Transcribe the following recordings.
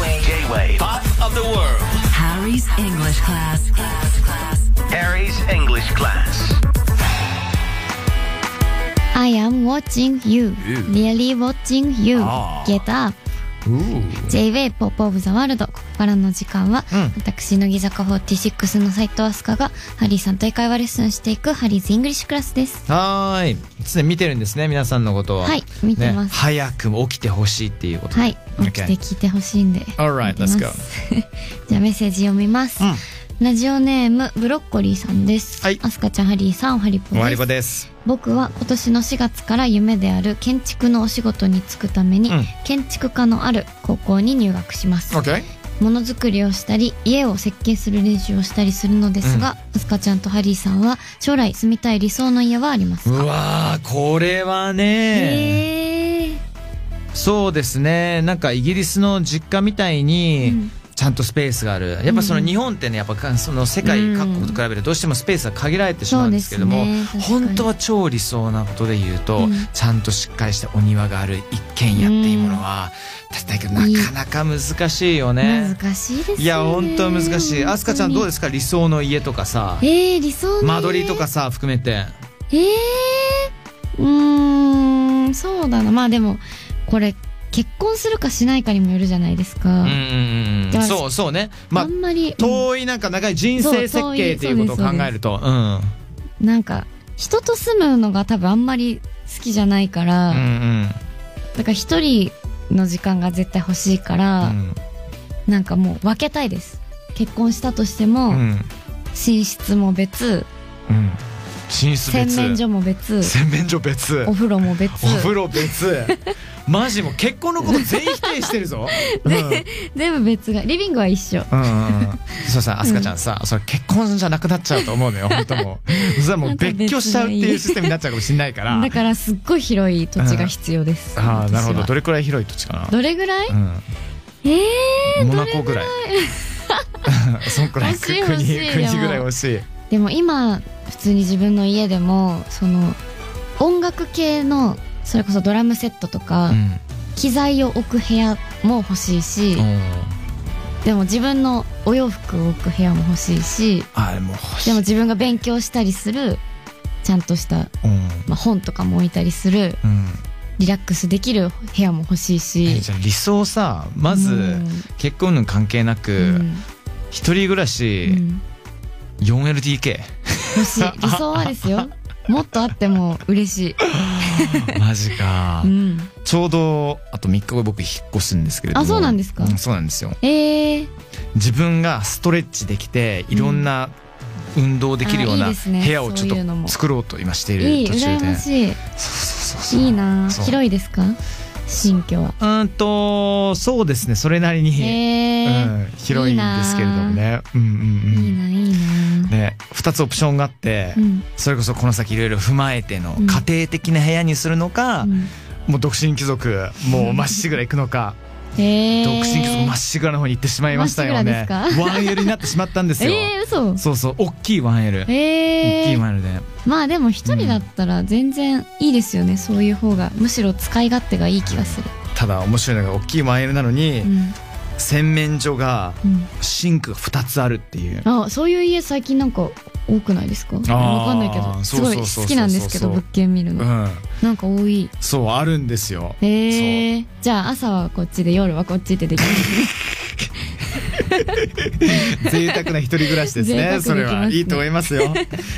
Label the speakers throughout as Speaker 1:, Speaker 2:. Speaker 1: Wave. Pop of the world.
Speaker 2: Harry's English class. class, class.
Speaker 1: Harry's English class.
Speaker 3: I am watching you.
Speaker 4: You.
Speaker 3: Nearly watching you.
Speaker 4: あー
Speaker 3: Get up. J-Way Pop of the World ここからの時間は、
Speaker 4: うん
Speaker 3: 私乃木坂46の斉藤飛鳥がハリーさんと英会話レッスンしていくハリーズイングリッシュクラスです
Speaker 4: はーい常に見てるんですね皆さんのことは
Speaker 3: はい見てます
Speaker 4: ね、早く起きてほしいっていうこと
Speaker 3: はい起
Speaker 4: Okay
Speaker 3: きて聞いてほしいんで
Speaker 4: Alright,
Speaker 3: 見てます
Speaker 4: let's go
Speaker 3: じゃあメッセージ読みます、
Speaker 4: うん
Speaker 3: ラジオネームブロッコリーさんです
Speaker 4: はい
Speaker 3: あすかちゃんハリーさんおはりぽ
Speaker 4: 終わり
Speaker 3: です
Speaker 4: 場です
Speaker 3: 僕は今年の4月から夢である建築のお仕事に就くために、
Speaker 4: うん
Speaker 3: 建築家のある高校に入学します、
Speaker 4: OK
Speaker 3: ものづくりをしたり家を設計する練習をしたりするのですが、あすかちゃんとハリーさんは将来住みたい理想の家はあります
Speaker 4: う
Speaker 3: か
Speaker 4: わーこれはね、
Speaker 3: えー
Speaker 4: そうですねなんかイギリスの実家みたいに、
Speaker 3: うん
Speaker 4: ちゃんとスペースがあるやっぱその
Speaker 3: うん
Speaker 4: 日本ってねやっぱかその世界各国と比べてどうしてもスペースが限られてしまうんですけども、
Speaker 3: そうですね確かに
Speaker 4: 本当は超理想なことで言うと、
Speaker 3: うん
Speaker 4: ちゃんとしっかりしたお庭がある一軒家っていうものは、だけどなかなか難しいよね。
Speaker 3: 難しいですよね
Speaker 4: いや本当難しい。あすかちゃんどうですすか理想の家とかさ、
Speaker 3: えー、理想の家
Speaker 4: 間取りとかさ含めて。
Speaker 3: えー、うーんそうだなまあでもこれ結婚するかしないかにもよるじゃないですか、
Speaker 4: うんうんう
Speaker 3: で
Speaker 4: ん。
Speaker 3: も
Speaker 4: そうそうね。ま
Speaker 3: あ
Speaker 4: あ
Speaker 3: んまり、
Speaker 4: 遠いなんか長い人生設
Speaker 3: そう遠い
Speaker 4: 計っていうことを考えると、うん。うん
Speaker 3: なんか人と住むのが多分あんまり好きじゃないから、
Speaker 4: うん
Speaker 3: だから一人の時間が絶対欲しいか
Speaker 4: う
Speaker 3: ら、
Speaker 4: ん
Speaker 3: なんかもう分けたいです結婚したとしても、
Speaker 4: うん
Speaker 3: 寝室も別
Speaker 4: うん。寝室
Speaker 3: 洗
Speaker 4: 別。
Speaker 3: 面所も別
Speaker 4: 洗面所別
Speaker 3: お風呂も別
Speaker 4: お風呂別マジもう結婚のこと全否定してるぞ、うんうんうん、
Speaker 3: 全部別がリビングは一緒
Speaker 4: そうさあすかちゃんさ、それ結婚じゃなくなっちゃうと思うのよ本当もうそしたらもう別居しちゃうっていうシステムになっちゃうかもしれないから
Speaker 3: だからすっごい広い土地が必要です、
Speaker 4: ああなるほどど
Speaker 3: れ
Speaker 4: れくらい広い土地か
Speaker 3: どれぐらい
Speaker 4: な、うん
Speaker 3: えー、
Speaker 4: モナコぐらい そんくらい
Speaker 3: 欲しい
Speaker 4: 国
Speaker 3: 欲しい
Speaker 4: 国
Speaker 3: でも
Speaker 4: ぐらい欲しい
Speaker 3: でも今普通に自分の家でもその音楽系のそれこそドラムセットとか、
Speaker 4: うん
Speaker 3: 機材を置く部屋も欲しいし、でも自分のお洋服を置く部屋も欲しいし
Speaker 4: あでも欲しい
Speaker 3: でも自分が勉強したりするちゃんとした、
Speaker 4: うん
Speaker 3: まあ、本とかも置いたりする
Speaker 4: うん
Speaker 3: リラックスできる部屋も欲しい
Speaker 4: え
Speaker 3: し
Speaker 4: じゃあ理想さまず、
Speaker 3: うん
Speaker 4: 結婚の関係なく、
Speaker 3: うん
Speaker 4: 一人暮ら
Speaker 3: う
Speaker 4: し
Speaker 3: ん
Speaker 4: 4LDK、
Speaker 3: 欲しい理想はですよもっとあっても嬉しい、
Speaker 4: マジか
Speaker 3: うん、
Speaker 4: ち ょうどあと3日後僕引っ越すんですけれども
Speaker 3: あそうなんですか
Speaker 4: そうなんですよ
Speaker 3: えー、
Speaker 4: 自分がストレッチできていろんな運動できるよう
Speaker 3: あー
Speaker 4: ない
Speaker 3: いですね
Speaker 4: 部屋をちょっ
Speaker 3: そういうのも
Speaker 4: と作ろうと今してい
Speaker 3: いい
Speaker 4: る途中
Speaker 3: 羨
Speaker 4: で
Speaker 3: ま
Speaker 4: そう
Speaker 3: しい
Speaker 4: そうそうそう
Speaker 3: いいな
Speaker 4: そう
Speaker 3: 広いですか新居は
Speaker 4: うーんとそうですねそれなり
Speaker 3: え
Speaker 4: に、
Speaker 3: ー、
Speaker 4: うん、広いんですけれどもねうんうんうん
Speaker 3: いいないいな
Speaker 4: ね、2つオプションがあって、
Speaker 3: うん
Speaker 4: それこそこの先いろいろ踏まえての
Speaker 3: うん
Speaker 4: 家庭的な部屋にするのか、
Speaker 3: うん
Speaker 4: もう独身貴族もうまっしぐら行く のか、
Speaker 3: えー、
Speaker 4: 独身貴族まっしぐらの方に行ってしまいましたよね
Speaker 3: まっしぐらです
Speaker 4: 1L になってしまったんですよ、
Speaker 3: えー、嘘
Speaker 4: そうそう大きい 1L、大き
Speaker 3: え
Speaker 4: い
Speaker 3: ー、
Speaker 4: 1L で
Speaker 3: まあでも一人だったら全然いいですよね、そういう方がむしろ使い勝手がいい気がする、
Speaker 4: ただ面白いのが大きい 1L なのに、
Speaker 3: うん
Speaker 4: 洗面所が
Speaker 3: うん、
Speaker 4: シンクが2つあるっていう
Speaker 3: あそういう家最近なんか多くないですかわかんないけどす
Speaker 4: そうそ
Speaker 3: ご
Speaker 4: う
Speaker 3: い
Speaker 4: そうそう
Speaker 3: 好きなんですけど物件見る
Speaker 4: う
Speaker 3: の
Speaker 4: ん
Speaker 3: なんか多い
Speaker 4: そうあるんですよ
Speaker 3: えー、じゃあ朝はこっちで夜はこっちでできる
Speaker 4: 贅沢な一人暮らし です
Speaker 3: 贅沢できま
Speaker 4: ね
Speaker 3: す
Speaker 4: それ
Speaker 3: ね
Speaker 4: はいいと思いますよ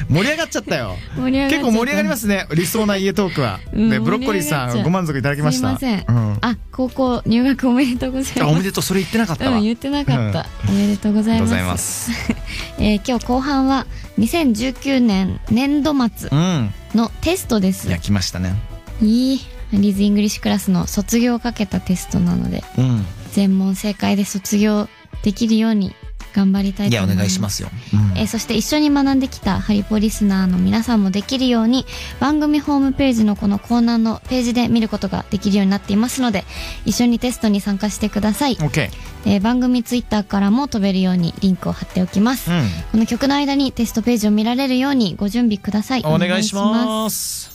Speaker 4: 盛り上がっちゃったよ
Speaker 3: 盛り上がっちゃっ
Speaker 4: 結
Speaker 3: た
Speaker 4: 構盛り上がりますね理想な家トークは、
Speaker 3: うん
Speaker 4: ねブロッコリー
Speaker 3: 盛り上がっ
Speaker 4: さ
Speaker 3: ちゃ
Speaker 4: ん
Speaker 3: う
Speaker 4: ご満足いただきました
Speaker 3: すいませ
Speaker 4: うんん、あ
Speaker 3: あ高校入学おめでとうござい
Speaker 4: お
Speaker 3: ま
Speaker 4: め
Speaker 3: す
Speaker 4: でとうそれ言ってなかったわ、
Speaker 3: うん言ってなかった、おめでとうござ
Speaker 4: ありが
Speaker 3: い
Speaker 4: とう
Speaker 3: ま
Speaker 4: ご
Speaker 3: す
Speaker 4: ざいます
Speaker 3: えー今日後半は2019年年度末
Speaker 4: うん
Speaker 3: のテストです
Speaker 4: 焼きましたね
Speaker 3: いいリーズイングリッシュクラスの卒業をかけたテストなので
Speaker 4: うん
Speaker 3: 全問正解で卒業できるように頑張りたい
Speaker 4: い
Speaker 3: と
Speaker 4: やお
Speaker 3: 思います
Speaker 4: 願いしますよ、うん
Speaker 3: えーそして一緒に学んできたハリポリスナーの皆さんもできるように番組ホームページのこのコーナーのページで見ることができるようになっていますので一緒にテストに参加してください、
Speaker 4: OK
Speaker 3: えー番組ツイッターからも飛べるようにリンクを貼っておきます、
Speaker 4: うん
Speaker 3: この曲の間にテストページを見られるようにご準備ください
Speaker 4: お願いし
Speaker 3: お願いしま
Speaker 4: ます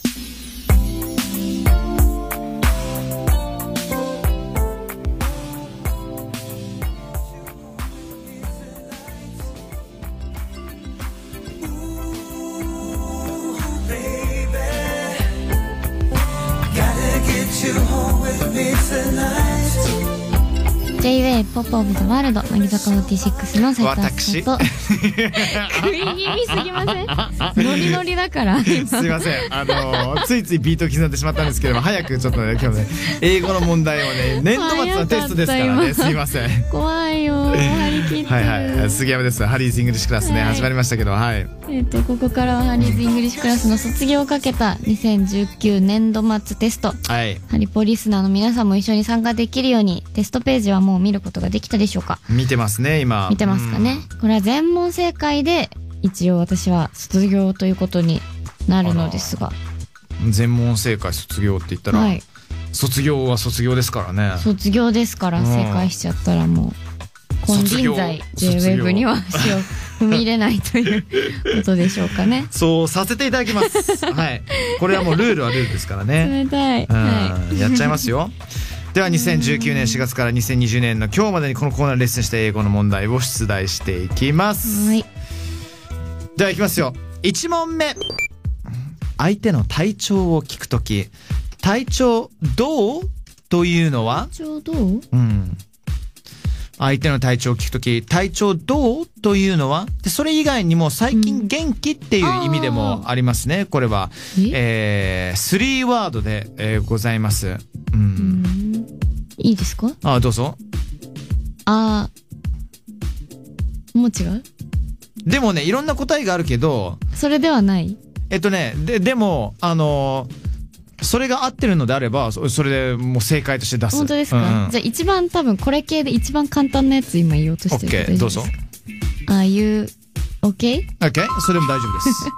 Speaker 3: J-Way Pop of the World 乃木坂46の斉藤
Speaker 4: 私
Speaker 3: 明と食い気味すぎませんノリノリだから
Speaker 4: すいませんあのついついビートを刻んでしまったんですけども早くちょっとね今日ね英語の問題をね年度末のテストですからね
Speaker 3: 早かった今
Speaker 4: すいません
Speaker 3: 怖いよ張り切ってる
Speaker 4: はいはい杉山ですハリーズ・イングリッシュクラスね、
Speaker 3: はい
Speaker 4: 始まりましたけどはい
Speaker 3: えっとここからはハリーズ・イングリッシュクラスの卒業をかけた2019年度末テスト
Speaker 4: はい
Speaker 3: ハリポリスナーの皆さんも一緒に参加できるようにテストページはもう見ることができたでしょうか
Speaker 4: 見てますね今
Speaker 3: 見てますかね、これは全問正解で一応私は卒業ということになるのですが
Speaker 4: うん全問正解卒業って言ったら、
Speaker 3: はい
Speaker 4: 卒業は卒業ですからね
Speaker 3: 卒業ですから
Speaker 4: うん
Speaker 3: 正解しちゃったらもう金
Speaker 4: 卒業
Speaker 3: 人在
Speaker 4: 卒業
Speaker 3: JWEB には足を踏み入れないということでしょうかね
Speaker 4: そうさせていただきます はいこれはもうルールはルールですからね
Speaker 3: 冷たい、
Speaker 4: うん、
Speaker 3: は
Speaker 4: やっちゃいますよでは2019年4月から2020年の今日までにこのコーナーでレッスンした英語の問題を出題していきま
Speaker 3: い
Speaker 4: す
Speaker 3: はい
Speaker 4: ではいきますよ1問目相手の体調を聞くとき体調どうというのは、
Speaker 3: ちょうどう
Speaker 4: うん、相手の体調を聞くとき体調どうというのはでそれ以外にも最近元気っていう意味でもありますね、これは
Speaker 3: え
Speaker 4: えー、3ワードで、えーございます、
Speaker 3: う
Speaker 4: うん
Speaker 3: んいいですか
Speaker 4: あどうぞ
Speaker 3: あーもう違う
Speaker 4: でもねいろんな答えがあるけど
Speaker 3: それではない
Speaker 4: えっとねででもあのーそれが合ってるのであればそそれでもう正解として出す
Speaker 3: 本当ですか、
Speaker 4: うん
Speaker 3: じゃあ一番多分これ系で一番簡単なやつ今言おうとしてるけ
Speaker 4: OK どうぞ
Speaker 3: ああいう OK?
Speaker 4: OK それも大丈夫です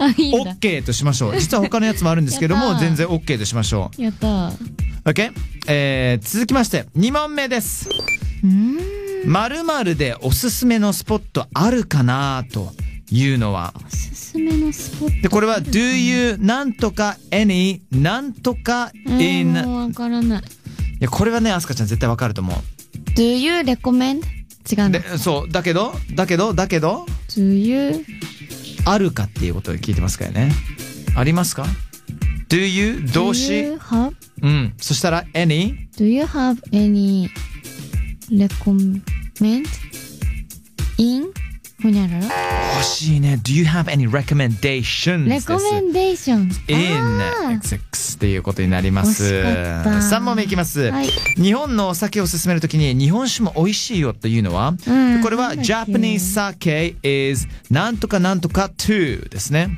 Speaker 3: あ いいんだ
Speaker 4: OK としましょう実は他のやつもあるんですけど
Speaker 3: やっ
Speaker 4: も
Speaker 3: た
Speaker 4: 全然 OK としましょ
Speaker 3: やったー
Speaker 4: う OK、えー、続きまして2問目です
Speaker 3: うーん
Speaker 4: 〇〇でおすすめのスポットあるかなというのは
Speaker 3: おすすめのスポット
Speaker 4: でこれは Do you なんとか any なんとか
Speaker 3: えー
Speaker 4: in
Speaker 3: もうわからない
Speaker 4: いやこれはねアスカちゃん絶対わかると思う
Speaker 3: Do you recommend? 違う
Speaker 4: で
Speaker 3: の
Speaker 4: そうだけどだけどだけど
Speaker 3: Do you
Speaker 4: あるかっていうことを聞いてますからねありますか Do you 動
Speaker 3: Do
Speaker 4: 詞
Speaker 3: you have?
Speaker 4: うんそしたら any
Speaker 3: Do you have any recommend? in? ほにゃらら
Speaker 4: 欲しいね Do you have any recommendations です
Speaker 3: Recommendation
Speaker 4: in
Speaker 3: あ
Speaker 4: XX っていうことになります
Speaker 3: 惜しかった
Speaker 4: 3問目いきます、
Speaker 3: ーはい
Speaker 4: 日本のお酒を勧めるときに日本酒も美味しいよというのは、
Speaker 3: うん
Speaker 4: これは
Speaker 3: なんだっけ
Speaker 4: Japanese sake is なんとかなんとか to ですね。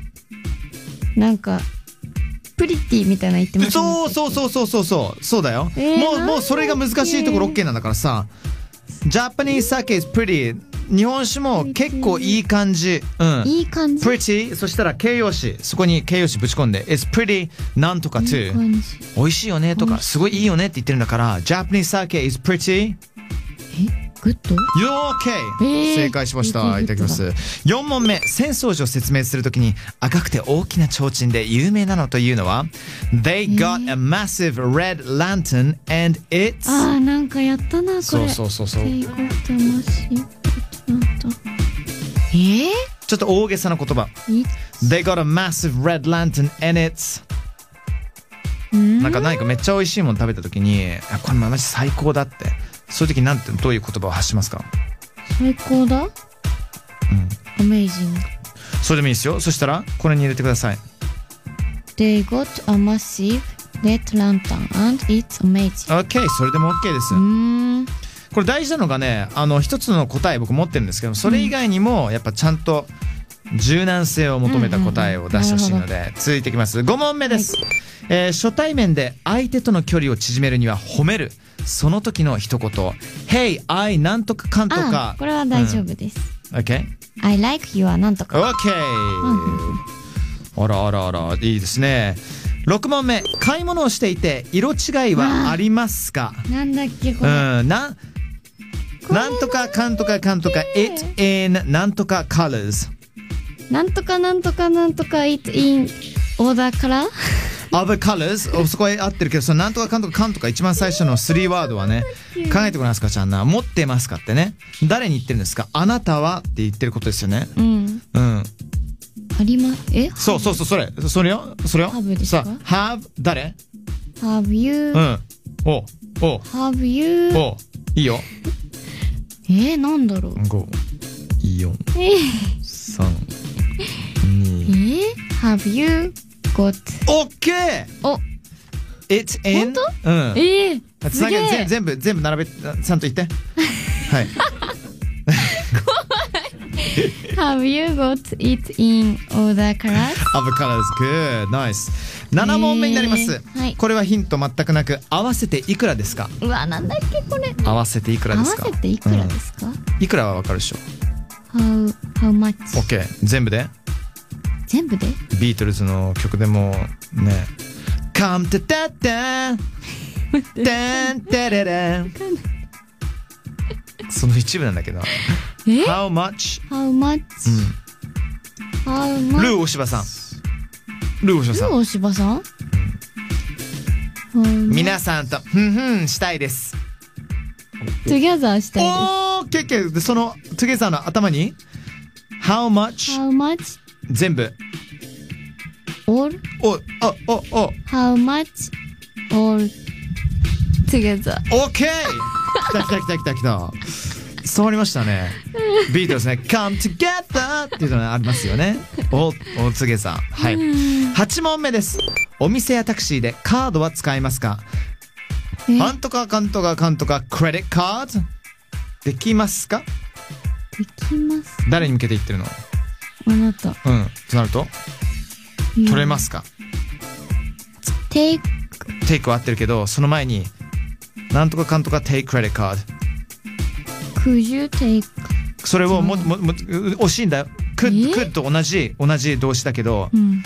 Speaker 3: なんかプリティみたいなの言ってます
Speaker 4: そうそうそうそうそうそうそうだよ。
Speaker 3: えーなんだ
Speaker 4: もう
Speaker 3: っけ
Speaker 4: もうそれが難しいところ OK なんだからさ。Japanese sake is pretty 日本酒も結構いい感じ。うん。
Speaker 3: いい感じ
Speaker 4: pretty そしたら形容詞そこに形容詞ぶち込んで is pretty なんとか
Speaker 3: いい
Speaker 4: to
Speaker 3: 感じ
Speaker 4: 美味しいよねと
Speaker 3: 美
Speaker 4: か
Speaker 3: 味しい
Speaker 4: すごいいいよねって言ってるんだから Japanese sake is
Speaker 3: え
Speaker 4: pretty
Speaker 3: グッド
Speaker 4: You're okay、
Speaker 3: えー
Speaker 4: 正解しました
Speaker 3: い
Speaker 4: い
Speaker 3: い
Speaker 4: た
Speaker 3: こと
Speaker 4: だきます4問目浅草寺を説明するときに赤くて大きな提灯で有名なのというのは They got a massive red lantern and it's
Speaker 3: あーなんかやったなこれ
Speaker 4: そうそうそうそう
Speaker 3: 英語ってもしなんとえ
Speaker 4: ちょっと大げさな言葉
Speaker 3: ー、い
Speaker 4: They got a massive red lantern and it's
Speaker 3: ん
Speaker 4: なんか何かめっちゃ美味しいもの食べたときにあこれマジ最高だってそういう時なんてどういう言葉を発しますか
Speaker 3: 最高だアメイジング
Speaker 4: それでもいいですよそしたらこれに入れてください
Speaker 3: They got a massive red lantern and it's amazing
Speaker 4: OK それでも OK です
Speaker 3: うーん
Speaker 4: これ大事なのがねあの一つの答え僕持ってるんですけどそれ以外にもやっぱちゃんと柔軟性を求めた答えを出してほしいので、続いていきます5問目です、えー初対面で相手との距離を縮めるには褒めるその時の一言「Hey I なんとかかんと
Speaker 3: あ
Speaker 4: か」
Speaker 3: これは大丈夫です、
Speaker 4: OK?
Speaker 3: I like you はなんとか
Speaker 4: OK! あらあらあらいいですね6問目買い物をしていて色違いはありますか
Speaker 3: なんだっけこ
Speaker 4: う
Speaker 3: れ、
Speaker 4: ん、なん、なんとかかんとかかんとか、it in なんとか colors
Speaker 3: なんとかなんとかなんとか it in order から
Speaker 4: of colors おそこは合ってるけど、そのなんとかかんとかかんとか一番最初の3ワードはね、考えてごらんすかちゃんな、持ってますかってね、誰に言ってるんですかあなたはって言ってることですよね。
Speaker 3: うん
Speaker 4: うん。
Speaker 3: ありますえ
Speaker 4: そうそうそう、それ、それよ、それよ。
Speaker 3: Have です
Speaker 4: さ
Speaker 3: か
Speaker 4: あ、have 誰
Speaker 3: Have you、
Speaker 4: うん。お、お、
Speaker 3: Have you
Speaker 4: お、いいよ。
Speaker 3: えー、なんだろう。
Speaker 4: 五、四、
Speaker 3: えー
Speaker 4: 三、二。
Speaker 3: えー Have you got?
Speaker 4: オッケー。
Speaker 3: お、
Speaker 4: It's in。うん。
Speaker 3: えー、
Speaker 4: つ
Speaker 3: す
Speaker 4: な
Speaker 3: げ
Speaker 4: げぜ
Speaker 3: え。
Speaker 4: 全部全部並べちゃんと 言って。はい。
Speaker 3: Have you got it in order から？
Speaker 4: アブカラーズ、good, nice。七問目になります。
Speaker 3: えーはい
Speaker 4: これはヒント全くなく、合わせていくらですか。
Speaker 3: うわ、なんだっけこれ。
Speaker 4: 合わせていくら
Speaker 3: 合
Speaker 4: で
Speaker 3: わ
Speaker 4: すか。
Speaker 3: せていくらですか、
Speaker 4: うんいくらはわかるでしょ
Speaker 3: how, ?How much?
Speaker 4: オッケー、全部で。
Speaker 3: 全部で
Speaker 4: ビートルズの曲でもね。Come to that da, da, da, da, da. その一部なんだけど。
Speaker 3: え
Speaker 4: How much?
Speaker 3: ?How much?、How
Speaker 4: ル
Speaker 3: much?
Speaker 4: ー大柴さん。ルー大柴さ
Speaker 3: ルー
Speaker 4: ん。
Speaker 3: 大柴さん、うん、
Speaker 4: 皆さんとふんふんしたいです。
Speaker 3: トゥギャザーしたいで
Speaker 4: おー、けっけでそのトゥゲザーの頭に How
Speaker 3: す。
Speaker 4: much?
Speaker 3: How much
Speaker 4: 全部。
Speaker 3: all?
Speaker 4: お、お、お、お、
Speaker 3: How much all together?
Speaker 4: オッケー。来た来た来た来た来た。伝わりましたね。ビートルズね、Come Together っていうのがありますよね。お、おつげさん。はい。8問目です。お店やタクシーでカードは使えますか
Speaker 3: え
Speaker 4: なんとかかんとかかんとか、クレディットカードできますか
Speaker 3: できます。
Speaker 4: 誰に向けて言ってるの
Speaker 3: あなた。
Speaker 4: うん。となると、取れますか
Speaker 3: Take
Speaker 4: テイクは合ってるけど、その前に、なんとかかんとか、テイククレディットカード。
Speaker 3: could you take
Speaker 4: それをももも惜しいんだよ。く
Speaker 3: え
Speaker 4: くと同じ同じ動詞だけど、
Speaker 3: うん。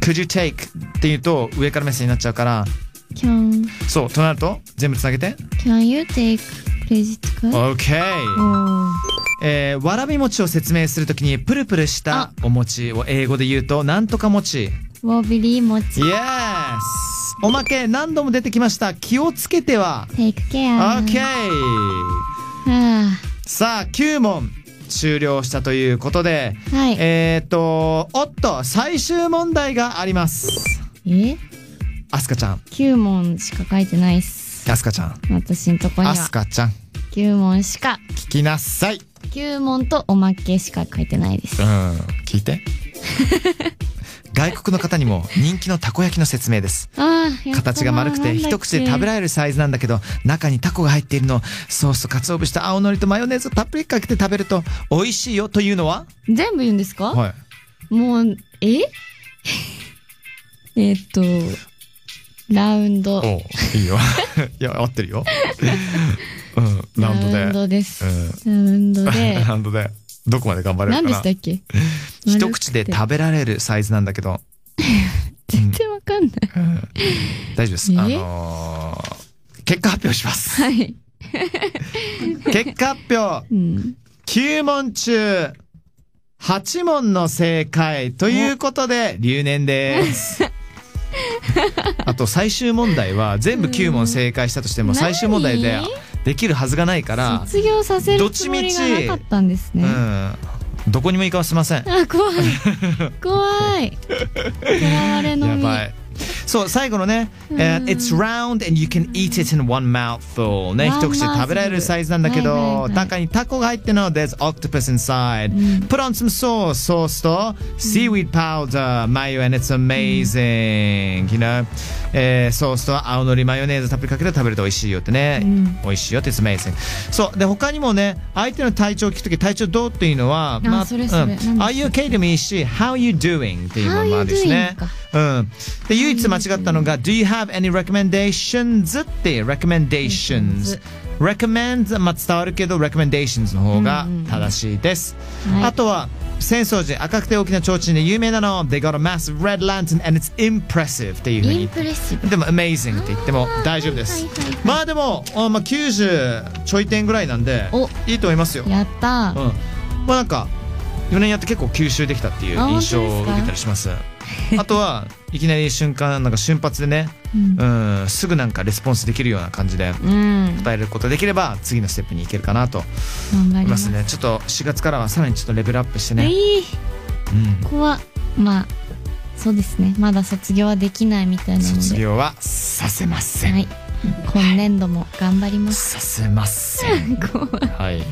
Speaker 4: could you take って言うと上から目線になっちゃうから、
Speaker 3: Can
Speaker 4: そうとなると全部つなげて。
Speaker 3: Can you take credit card?
Speaker 4: OK。
Speaker 3: お
Speaker 4: えーわらび餅を説明するときにプルプルした
Speaker 3: あ
Speaker 4: お餅を英語で言うとなんとか餅。
Speaker 3: ーわびりもち
Speaker 4: Yes。おまけ何度も出てきました。気をつけては。
Speaker 3: Take care
Speaker 4: OK。
Speaker 3: は
Speaker 4: さあ9問終了したということで、
Speaker 3: あはい
Speaker 4: えっ、とおっと最終問題があります。
Speaker 3: え
Speaker 4: アスカちゃん、
Speaker 3: 九問しか書いてないっす
Speaker 4: アスカちゃん、
Speaker 3: 私んとこに
Speaker 4: ア
Speaker 3: は
Speaker 4: スカちゃん、
Speaker 3: 九問しか
Speaker 4: 聞きなさい。
Speaker 3: 九問とおまけしか書いてないです
Speaker 4: うん、聞 いて。外国の方にも人気のたこ焼きの説明です。
Speaker 3: ああ
Speaker 4: 形が丸くて一口で食べられるサイズなんだけど中にタコが入っているのをソースと鰹節と青のりとマヨネーズをたっぷりかけて食べると美味しいよというのは
Speaker 3: 全部言うんですか、
Speaker 4: はい
Speaker 3: もうえ えっとラウンド
Speaker 4: おういいよ いや合ってるようんラウンドで
Speaker 3: ラウンドです、ラウン ドで
Speaker 4: ラウンドでどこまで頑張れるか
Speaker 3: 何
Speaker 4: な
Speaker 3: でしたっけ
Speaker 4: 一口で食べられるサイズなんだけど
Speaker 3: 全然わかんない、
Speaker 4: 大丈夫です
Speaker 3: え
Speaker 4: あのー結果発表し ます
Speaker 3: はい、
Speaker 4: 結果発表
Speaker 3: うん、
Speaker 4: 9問中8問の正解ということで留年です あと最終問題は全部9問正解したとしても最終問題で
Speaker 3: 何
Speaker 4: できるはずがないから
Speaker 3: 卒業させるつもりが
Speaker 4: どっちみち
Speaker 3: なかったんですね、
Speaker 4: うんどこにも行かせません
Speaker 3: あ 怖い怖いとらわれの
Speaker 4: や
Speaker 3: 身
Speaker 4: ばいそう最後のね「えー It's round and you can eat it in one mouthful」ね
Speaker 3: ワン
Speaker 4: 一口で食べられるサイズなんだけ
Speaker 3: はいはい
Speaker 4: ど
Speaker 3: はい
Speaker 4: 中にタコが入ってるの There's octopus inside、Put on some sauce ソースと Seaweed powder mayo and it's amazing、you know えーソースと青のりマヨネーズたっぷりかけて食べると美味しいよってね、美味しいよって It's amazing そうで他にもね相手の体調を聞くとき体調どうっていうのは
Speaker 3: あそれそれ
Speaker 4: うん
Speaker 3: 何でしたっけ
Speaker 4: Are you okay でもいいし How you doing っていうのもあるし
Speaker 3: How
Speaker 4: ね
Speaker 3: you doing か
Speaker 4: うん。で、唯一間違ったのが、Do you have any recommendations? っていう recommendations。recommend まあ伝わるけど recommendations の方が正しいです。
Speaker 3: はい
Speaker 4: あとは、浅草寺赤くて大きな提灯で有名なの They got a massive red lantern and it's impressive っていうふう
Speaker 3: イン
Speaker 4: に
Speaker 3: プレッシブ
Speaker 4: でも amazing って言っても大丈夫です
Speaker 3: はいはいはいは。い
Speaker 4: まあでも、あまあ90ちょい点ぐらいなんで
Speaker 3: お、
Speaker 4: いいと思いますよ。
Speaker 3: やった
Speaker 4: うん、まあなんか4年やって結構吸収できたっていう
Speaker 3: あ
Speaker 4: 印象
Speaker 3: 本当です
Speaker 4: を
Speaker 3: か
Speaker 4: 受けたりしますあとはいきなり瞬間なんか瞬発でね、うんすぐなんかレスポンスできるような感じで
Speaker 3: うん
Speaker 4: 伝えることができれば次のステップに行けるかなと
Speaker 3: 頑張
Speaker 4: 思
Speaker 3: り
Speaker 4: いま
Speaker 3: ますす
Speaker 4: ねちょっと4月からはさらにちょっとレベルアップして
Speaker 3: え
Speaker 4: ね、
Speaker 3: い
Speaker 4: うん、
Speaker 3: 怖っまあそうですねまだ卒業はできないみたいなので
Speaker 4: 卒業はさせません、
Speaker 3: はい今年度も頑張ります
Speaker 4: させません
Speaker 3: 怖い
Speaker 4: はい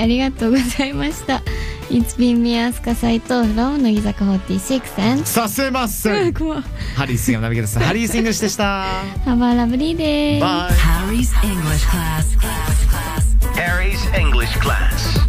Speaker 3: ありがとうございました。It's been me, Asuka Saito from 乃木坂46 and
Speaker 4: させませ ん
Speaker 3: 怖い
Speaker 4: ハリー・スイングのナビゲーターですハリー・スイングでした。
Speaker 3: Have a lovely day!
Speaker 4: バイ
Speaker 2: Harry's English class. class, class.
Speaker 1: Harry's English class.